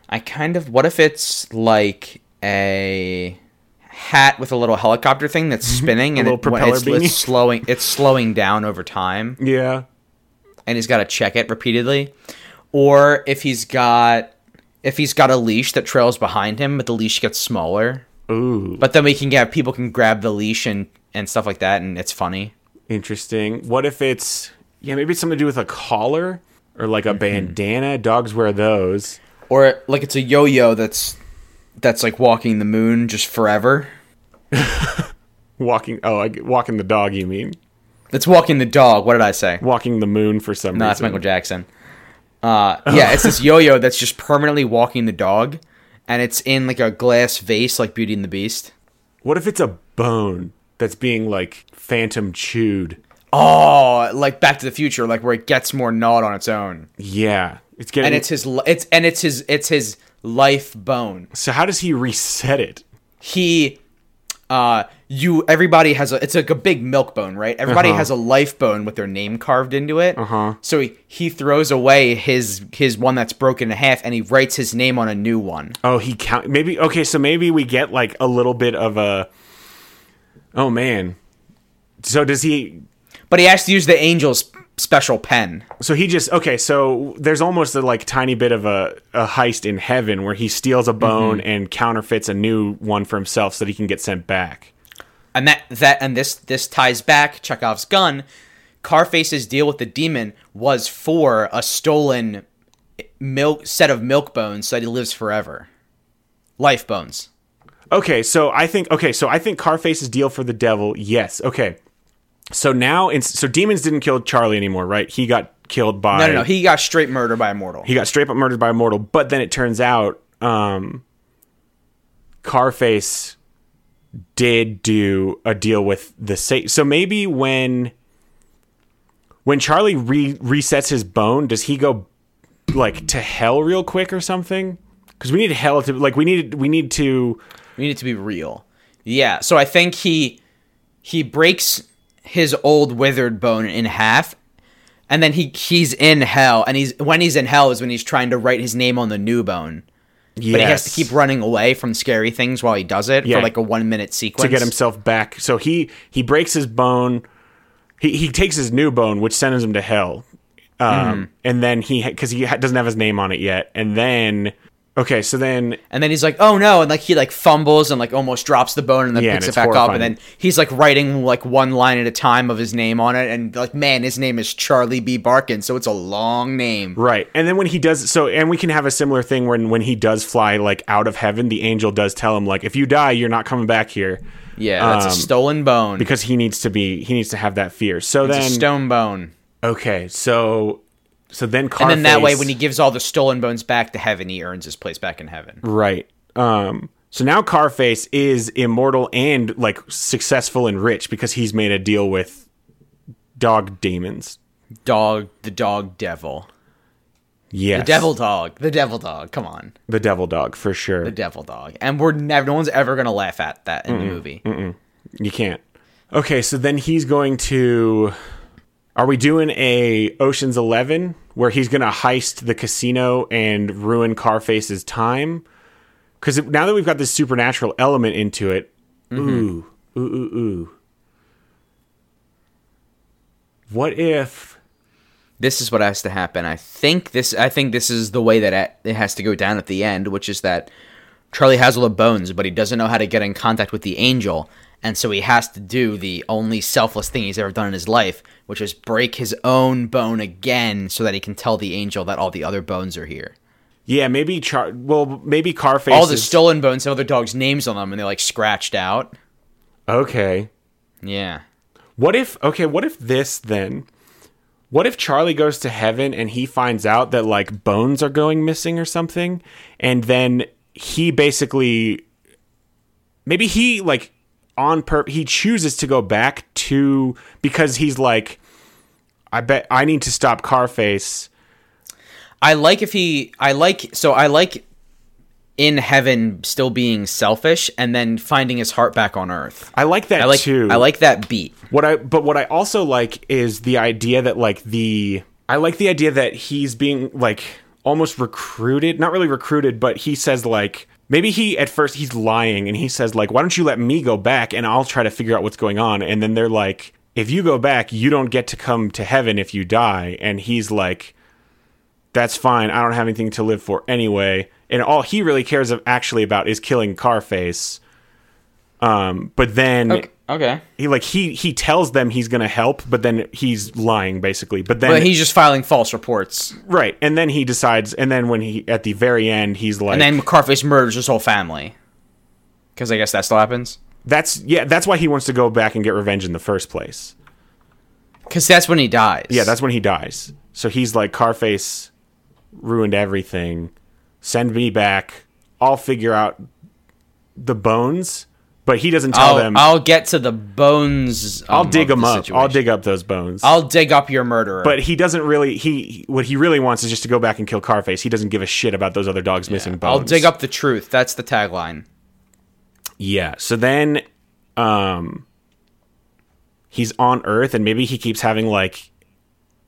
I kind of. What if it's like a hat with a little helicopter thing that's spinning and
Mm-hmm. little
it, when
propeller
it's, it's
beanie.
slowing it's slowing down over time
yeah?
and he's got to check it repeatedly or if he's got if he's got a leash that trails behind him but the leash gets smaller
Ooh,
but then we can get people can grab the leash and and stuff like that and it's funny
interesting. What if it's yeah? Maybe it's something to do with a collar or like
Mm-hmm.
a bandana. Dogs wear those.
or like it's a yo-yo that's that's like walking the moon just forever
Walking oh, I, walking the dog. You mean
that's walking the dog what did i say
walking the moon for some
No, that's
reason?
Michael Jackson. Uh, yeah, it's
[LAUGHS]
this yo-yo that's just permanently walking the dog, and it's in like a glass vase, like Beauty and the Beast.
What if it's a bone that's being like phantom chewed?
Oh, like Back to the Future, like where it gets more gnawed on its own,
Yeah, it's getting.
and it's his, li- it's and it's his, it's his life bone.
so how does he reset it?
He, uh, you, everybody has a, it's like a big milk bone, right? Everybody
Uh-huh.
has a life bone with their name carved into it. Uh huh. So he he throws away his his one that's broken in half, and he writes his name on a new one.
Oh, he count maybe. Okay, so maybe we get like a little bit of a. Oh man, so does he?
But he has to use the angel's special pen.
So he just okay. So there's almost a like tiny bit of a, a heist in heaven where he steals a bone
Mm-hmm.
and counterfeits a new one for himself so that he can get sent back.
And that that and this this ties back Chekhov's gun. Carface's deal with the demon was for a stolen milk set of milk bones so that he lives forever. Life bones.
Okay, so I think okay, so I think Carface's deal for the devil. Yes. Okay. So now, it's, so demons didn't kill Charlie anymore, right? He got killed by
No, no, no. He got straight murdered by a mortal.
he got straight up murdered by a mortal. But then it turns out, um, Carface did do a deal with the Satan. So maybe when when Charlie re- resets his bone, does he go like to hell real quick or something? Because we need hell to like we need we need to
we need it to be real. Yeah. So I think he he breaks his old withered bone in half and then he he's in hell and he's when he's in hell is when he's trying to write his name on the new bone
Yes.
but he has to keep running away from scary things while he does it
Yeah.
for like a one minute sequence
to get himself back. So he he breaks his bone. He he takes his new bone, which sends him to hell. Um,
Mm-hmm.
And then he because he ha- doesn't have his name on it yet. And then okay, so then
and then he's like oh no and like he like fumbles and like almost drops the bone and then
Yeah, and
picks
it's
it back up
horrifying.
and then he's like writing like one line at a time of his name on it and like man his name is charlie b barkin so it's a long name
right, and then when he does so, and we can have a similar thing when when he does fly like out of heaven, the angel does tell him like, if you die, you're not coming back here
yeah that's
Um,
a stolen bone
because he needs to be he needs to have that fear. So
it's
then
a stone bone
okay, so so then Carface,
and then that way when he gives all the stolen bones back to heaven he earns his place back in heaven
Right. Um so now Carface is immortal and like successful and rich because he's made a deal with dog demons.
dog the dog devil
Yes.
the devil dog the devil dog come on
the devil dog for sure.
the devil dog and we're never no one's ever gonna laugh at that in the movie
you can't. Okay, so then he's going to Are we doing a Ocean's 11 where he's going to heist the casino and ruin Carface's time? Cuz now that we've got this supernatural element into it,
Mm-hmm.
ooh, ooh, ooh, ooh. What if
this is what has to happen i think this i think this is the way that it it has to go down at the end which is that charlie has all the bones but he doesn't know how to get in contact with the angel and so he has to do the only selfless thing he's ever done in his life which is break his own bone again so that he can tell the angel that all the other bones are here
Yeah, maybe Char. Well, maybe Carface.
all the
is-
stolen bones have other dogs' names on them, and they're like scratched out.
okay.
Yeah,
What if? Okay. What if this then? What if Charlie goes to heaven and he finds out that like bones are going missing or something, and then he basically, maybe he like on purpose he chooses to go back to because he's like, I bet I need to stop Carface.
I like if he. I like so I like in heaven still being selfish and then finding his heart back on earth.
I like that
I like
too.
I like that beat.
What I but what I also like is the idea that like the I like the idea that he's being like almost recruited, not really recruited, but he says like maybe he at first he's lying and he says like why don't you let me go back and I'll try to figure out what's going on and then they're like if you go back you don't get to come to heaven if you die and he's like that's fine I don't have anything to live for anyway and all he really cares of actually about is killing Carface um but then
Okay.
he like he he tells them he's gonna help, but then he's lying basically. But then
But he's just filing false reports,
right, and then he decides, and then when he at the very end he's like,
and then Carface murders his whole family. Because I guess that still happens.
that's yeah, that's why he wants to go back and get revenge in the first place.
Because that's when he dies.
Yeah, that's when he dies. So he's like, Carface ruined everything. Send me back. I'll figure out the bones. But he doesn't tell
I'll,
them. I'll,
I'll get to the bones. um, of
dig them
the
up. I'll
situation.
dig up those bones.
I'll dig up your murderer.
but he doesn't really. He what he really wants is just to go back and kill Carface. He doesn't give a shit about those other dogs missing bones.
I'll dig up the truth. That's the tagline.
Yeah. So then um he's on Earth and maybe he keeps having like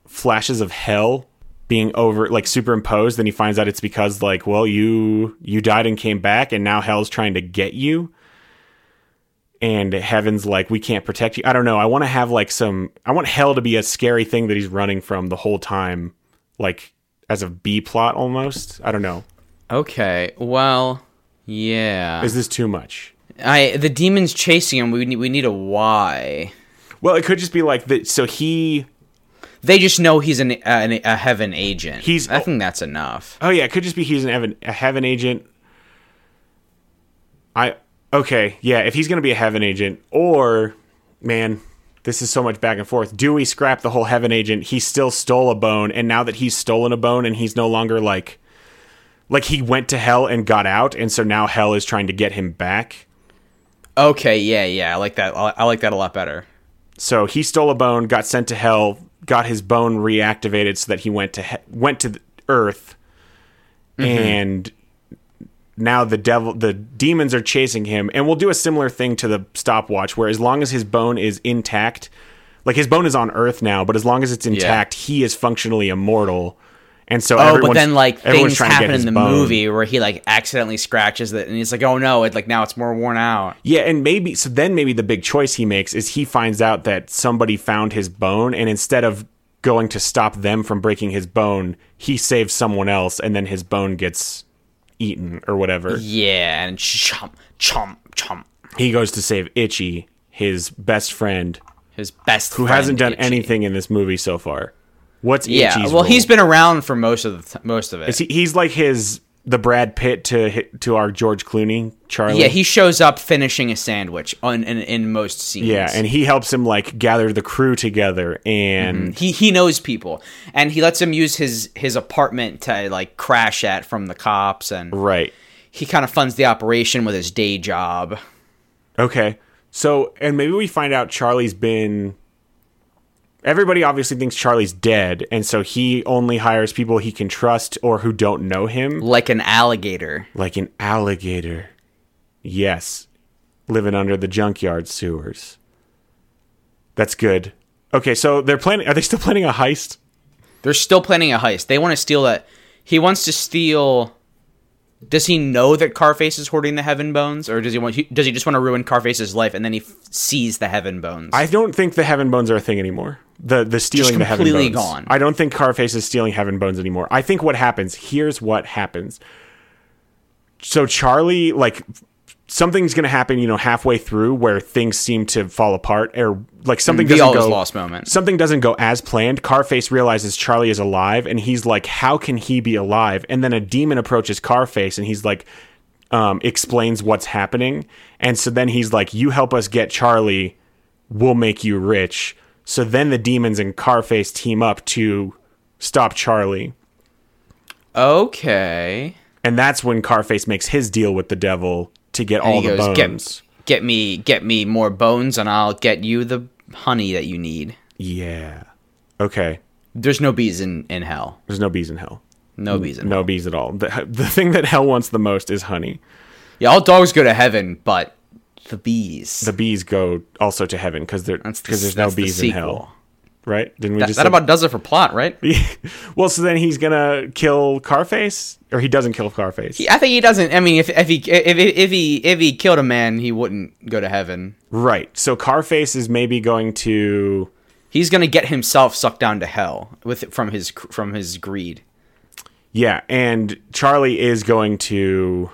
flashes of hell being over like superimposed then he finds out it's because like well you you died and came back and now hell's trying to get you and heaven's like we can't protect you i don't know i want to have like some i want hell to be a scary thing that he's running from the whole time like as a b plot almost i don't know
Okay. Well, yeah.
is this too much
I the demons chasing him. We need we need a why.
well it could just be like that so he
They just know he's an, an a heaven agent.
He's-
I think that's enough.
Oh yeah, it could just be he's an heaven a heaven agent. I okay, yeah, if he's gonna be a heaven agent, or man, this is so much back and forth. Do we scrap the whole heaven agent? He still stole a bone, and now that he's stolen a bone and he's no longer like like he went to hell and got out, and so now hell is trying to get him back.
Okay. Yeah. Yeah. I like that. I I like that a lot better.
So he stole a bone, got sent to hell, got his bone
Mm-hmm.
reactivated so that he went to he- went to the earth, and now the devil the demons are chasing him and we'll do a similar thing to the stopwatch where as long as his bone is intact like his bone is on earth now but as long as it's intact he is functionally immortal and so
Oh, but
everyone's-
then like
everyone's
things
trying to get
happen in
his
the
bone.
movie where he like accidentally scratches it, and he's like, "Oh no!" It like now it's more worn out.
Yeah, and maybe so then maybe the big choice he makes is he finds out that somebody found his bone and instead of going to stop them from breaking his bone, he saves someone else and then his bone gets eaten or whatever.
Yeah, and chomp, chomp, chomp.
He goes to save Itchy, his best friend,
His best
who
friend,
hasn't done
Itchy.
anything in this movie so far. What's
Yeah,
Itchy's
well,
role?
he's been around for most of the th- most of it.
Is he- he's like his the Brad Pitt to hi- to our George Clooney, Charlie.
yeah, he shows up finishing a sandwich on in, in most scenes.
yeah, and he helps him like gather the crew together and
he he knows people, and he lets him use his his apartment to like crash at from the cops, and
right.
he kind of funds the operation with his day job.
Okay. So, and maybe we find out Charlie's been. Everybody obviously thinks Charlie's dead, and so he only hires people he can trust or who don't know him,
like an alligator.
like an alligator. Yes, living under the junkyard sewers. That's good. Okay, so they're planning. Are they still planning a heist?
They're still planning a heist. They want to steal that. He wants to steal. Does he know that Carface is hoarding the Heaven Bones, or does he want? he- Does he just want to ruin Carface's life and then he f- sees the Heaven Bones?
I don't think the heaven bones are a thing anymore. The the stealing the heaven
completely
bones.
gone.
I don't think Carface is stealing heaven bones anymore. I think what happens here's what happens. So Charlie, like something's going to happen, you know, halfway through where things seem to fall apart, or like something
The
doesn't
Mm, all is
go
lost moment.
Something doesn't go as planned. Carface realizes Charlie is alive, and he's like, "How can he be alive?" And then a demon approaches Carface, and he's like, um, explains what's happening, and so then he's like, "You help us get Charlie." will make you rich. So then the demons and Carface team up to stop Charlie.
okay.
And that's when Carface makes his deal with the devil to get all
he
the
goes, "Get-
bones.
Get me, get me more bones, and I'll get you the honey that you need.
Yeah. Okay.
There's no bees in in hell.
There's no bees in hell.
No bees in.
Mm, No bees at all. The, [LAUGHS] the thing that hell wants the most is honey.
Yeah, all dogs go to heaven, but the bees.
The bees go also to heaven because
That's the-
there's no
that's the
bees in
sequel.
hell. Right? Didn't we
that
just
that
say-
about does it for plot, right?
[LAUGHS] Well, so then he's gonna kill Carface, or he doesn't kill Carface.
I think he doesn't. I mean, if if he if if, if he if he killed a man, he wouldn't go to heaven.
Right. So Carface is maybe going to
He's gonna get himself sucked down to hell with from his from his greed.
Yeah, and Charlie is going to.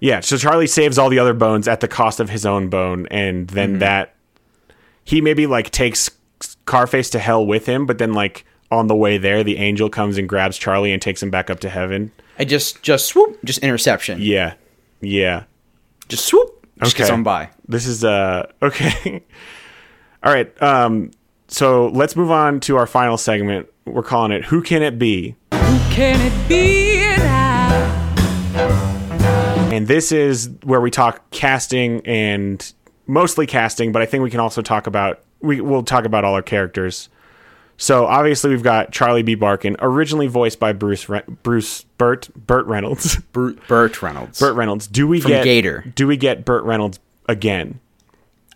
Yeah, so Charlie saves all the other bones at the cost of his own bone, and then
Mm-hmm.
that he maybe like takes Carface to hell with him, but then like on the way there, the angel comes and grabs Charlie and takes him back up to heaven.
I just just swoop, just interception.
Yeah, yeah.
Just swoop. Just gets
Okay.
on by.
This is uh [LAUGHS] okay. all right. Um. So let's move on to our final segment. We're calling it "Who Can It Be."
Can it be that
And this is where we talk casting and mostly casting, but I think we can also talk about we will talk about all our characters. So obviously we've got Charlie B. Barkin, originally voiced by Bruce Re- Bruce Burt Burt Reynolds. [LAUGHS]
Bert, Burt Reynolds.
Burt Reynolds. Do we
From
get
Gator.
Do we get Burt Reynolds again?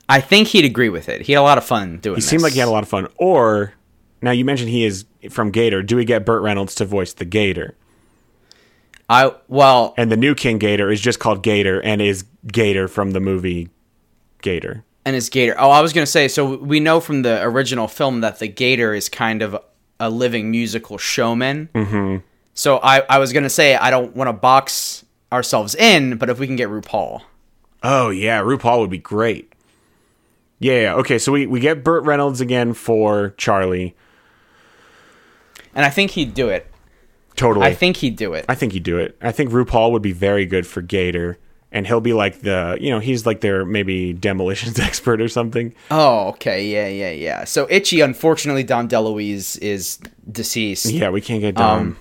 I think he'd agree with it. He had a lot of fun doing.
He seemed like he had a lot of fun. Or now you mentioned he is from Gator. Do we get Burt Reynolds to voice the Gator?
I well,
And the new King Gator is just called Gator and is Gator from the movie Gator.
and his gator. Oh, I was gonna say. So we know from the original film that the gator is kind of a living musical showman. Mm-hmm. So I, I was gonna say I don't want to box ourselves in, but if we can get RuPaul,
Oh yeah, RuPaul would be great. Yeah, yeah. Okay, so we, we get Burt Reynolds again for Charlie.
and I think he'd do it.
Totally.
I think he'd do it.
I think he'd do it. I think RuPaul would be very good for Gator. And he'll be like the you know, he's like their maybe demolitions [LAUGHS] expert or something.
Oh, okay, yeah, yeah, yeah. So Itchy, unfortunately, Don DeLuise is deceased.
Yeah, we can't get Dom.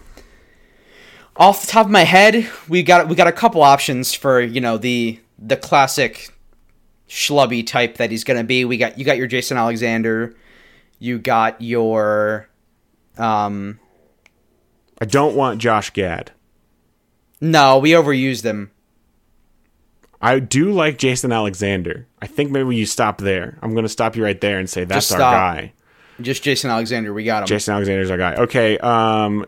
Off the top of my head, we got we got a couple options for you know the the classic schlubby type that he's gonna be. We got you got your Jason Alexander, you got your um
I don't want Josh Gad.
No, we overused him.
I do like Jason Alexander. I think maybe you stop there. I'm going to stop you right there and say that's
Just
our
stop.
guy.
Just Jason Alexander. We got him.
Jason Alexander's our guy. Okay. Um,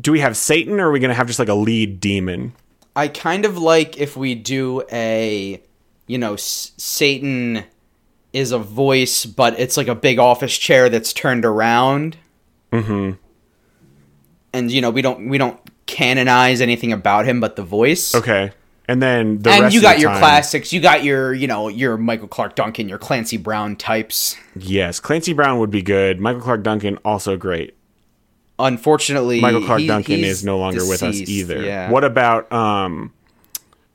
do we have Satan or are we going to have just like a lead demon?
I kind of like if we do a, you know, S- Satan is a voice, but it's like a big office chair that's turned around. Mm-hmm. And you know, we don't we don't canonize anything about him, but the voice.
Okay. And then the
And
rest
you
of
got
the
your
time-
classics. You got your, you know, your Michael Clark Duncan, your Clancy Brown types.
Yes. Clancy Brown would be good. Michael Clark Duncan, also great.
Unfortunately,
Michael Clark
he-
Duncan
he's
is no longer with us
deceased,
either.
Yeah.
What about um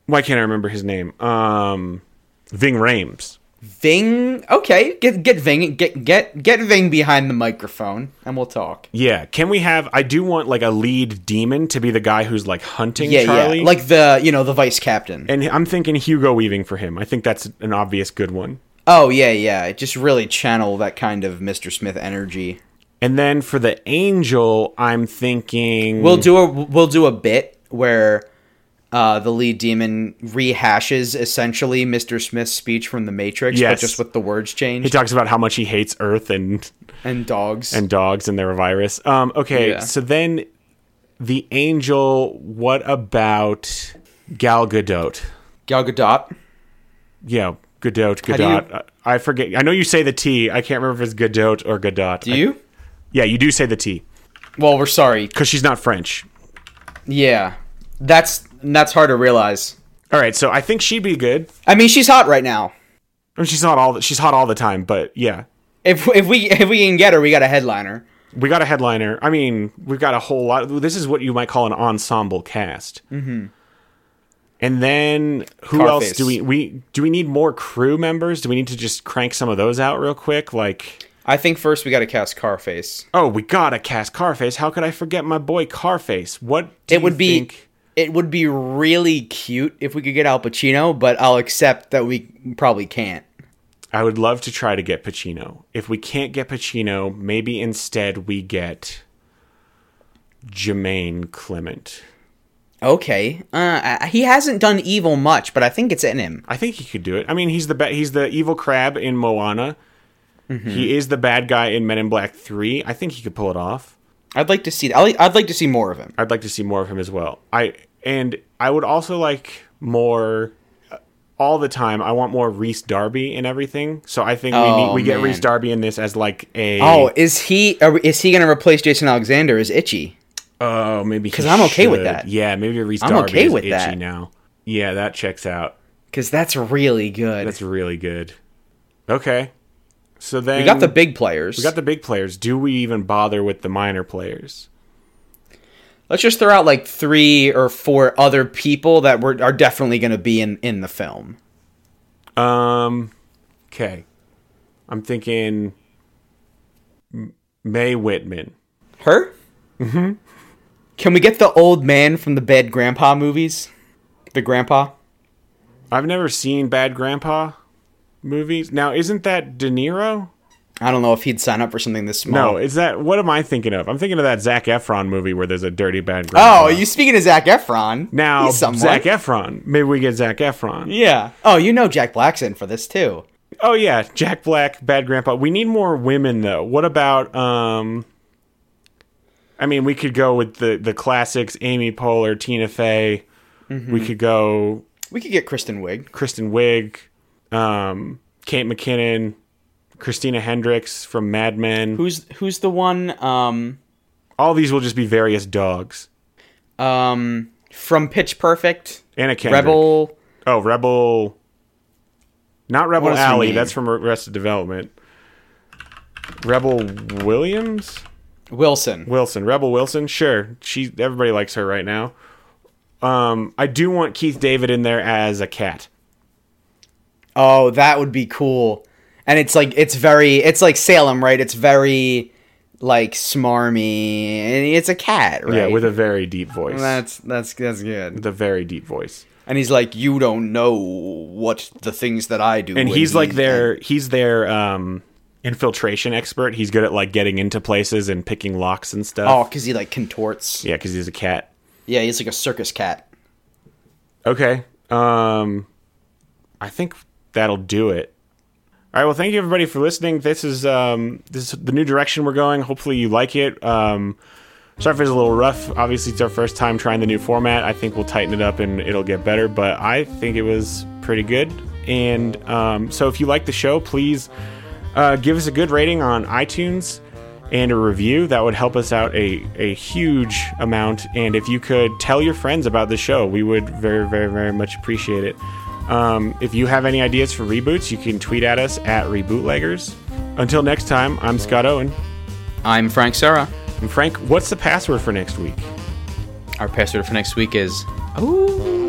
why can't I remember his name? Um Ving Rames.
Ving? Okay, get get Ving get get get Ving behind the microphone, and we'll talk.
Yeah, can we have I do want like a lead demon to be the guy who's like hunting
yeah,
Charlie.
yeah, like the you know the vice captain.
and I'm thinking Hugo Weaving for him. I think that's an obvious good one.
oh yeah, yeah, just really channel that kind of Mr. Smith energy.
And then for the angel, I'm thinking
We'll do a we'll do a bit where uh, the lead demon rehashes essentially Mr. Smith's speech from The Matrix, but
Yes.
just with the words
he
changed
talks about how much he hates Earth and
and dogs.
and dogs and their virus. Um, okay,
Yeah.
so then the angel. What about Gal Gadot?
Gal Gadot.
Yeah, Gadot,
How do you-
Gadot. Uh, I forget. I know you say the T. I can't remember if it's Gadot or Gadot.
Do you?
yeah, you do say the T
Well, we're sorry.
because she's not French.
Yeah, that's that's hard to realize.
All right, so I think she'd be good.
I mean, she's hot right now.
I mean, she's not all. She's hot all the time, but yeah,
If if we if we can get her, we got a headliner.
we got a headliner. I mean, we've got a whole lot. This is what you might call an ensemble cast. Mm-hmm. And then who
Carface.
else do we we do we need more crew members? Do we need to just crank some of those out real quick? Like,
I think first we got to cast Carface.
oh, we gotta cast Carface. How could I forget my boy Carface? What do
It would
you
be
think-
it would be really cute if we could get Al Pacino, but I'll accept that we probably can't.
I would love to try to get Pacino. If we can't get Pacino, maybe instead we get Jermaine Clement.
Okay, uh, I- he hasn't done evil much, but I think it's in him.
I think he could do it. I mean, he's the ba- he's the evil crab in Moana.
Mm-hmm.
He is the bad guy in Men in Black Three. I think he could pull it off.
I'd like to see. I'd like- I'd like to see more of him.
I'd like to see more of him as well. I and I would also like more uh, all the time. I want more Reese Darby and everything. So I think we
Oh,
need, we get
man.
Reese Darby in this as like a
Oh, is he? Are, is he going to replace Jason Alexander as Itchy?
oh maybe because
I'm okay with that.
Yeah, maybe a Reese
I'm
Darby
okay
is
with
itchy
that.
now. Yeah, that checks out.
Because that's really good.
That's really good. Okay, so then
we got the big players.
We got the big players. Do we even bother with the minor players?
Let's just throw out like three or four other people that were are definitely going to be in in the film.
Um, okay. I'm thinking M- Mae Whitman.
Her? Mm-hmm. Can we get the old man from the bad grandpa movies? The grandpa?
I've never seen Bad Grandpa movies. Now, isn't that De Niro?
I don't know if he'd sign up for something this small.
No, is that what am I thinking of? I'm thinking of that Zach Efron movie where there's a dirty bad grandpa.
Oh, you speaking of Zach Efron?
now E-
He's someone.
Zach Efron. Maybe we get Zach Efron.
yeah. Oh, you know Jack Black's in for this too.
Oh yeah, Jack Black, Bad Grandpa. We need more women though. What about um I mean, we could go with the the classics, Amy Poehler, Tina Fey.
Mm-hmm.
We could go
We could get Kristen Wiig.
Kristen Wiig, um Kate McKinnon, Christina Hendricks from Mad Men.
Who's who's the one um
All these will just be various dogs.
um from Pitch Perfect?
Anna Kendrick.
Rebel.
Oh, Rebel Not Rebel
What is her
Alley,
name?
that's from Arrested Development. Rebel Williams?
Wilson.
Wilson, Rebel Wilson, sure. She everybody likes her right now. Um, I do want Keith David in there as a cat.
Oh, that would be cool. And it's like it's very it's like Salem, right? It's very like smarmy. And it's a cat, right?
Yeah, with a very deep voice.
That's that's that's good.
the very deep voice.
And he's like, you don't know what the things that I do.
And
when
he's like
he-"
their he's their um infiltration expert. He's good at like getting into places and picking locks and stuff.
Oh, because he like contorts. Yeah.
Yeah, cuz he's a cat.
he's like a circus cat.
Okay. Um, I think that'll do it. All right. Well, thank you everybody for listening. This is um, this is the new direction we're going. Hopefully, you like it. Um, sorry if it's a little rough. Obviously, it's our first time trying the new format. I think we'll tighten it up and it'll get better. But I think it was pretty good. And um, so, if you like the show, please uh, give us a good rating on iTunes and a review. That would help us out a, a huge amount. And if you could tell your friends about the show, we would very, very, very much appreciate it. Um, if you have any ideas for reboots, you can tweet at us at Rebootleggers. Until next time, I'm Scott Owen.
I'm Frank Serra.
And Frank, what's the password for next week?
Our password for next week is. Ooh.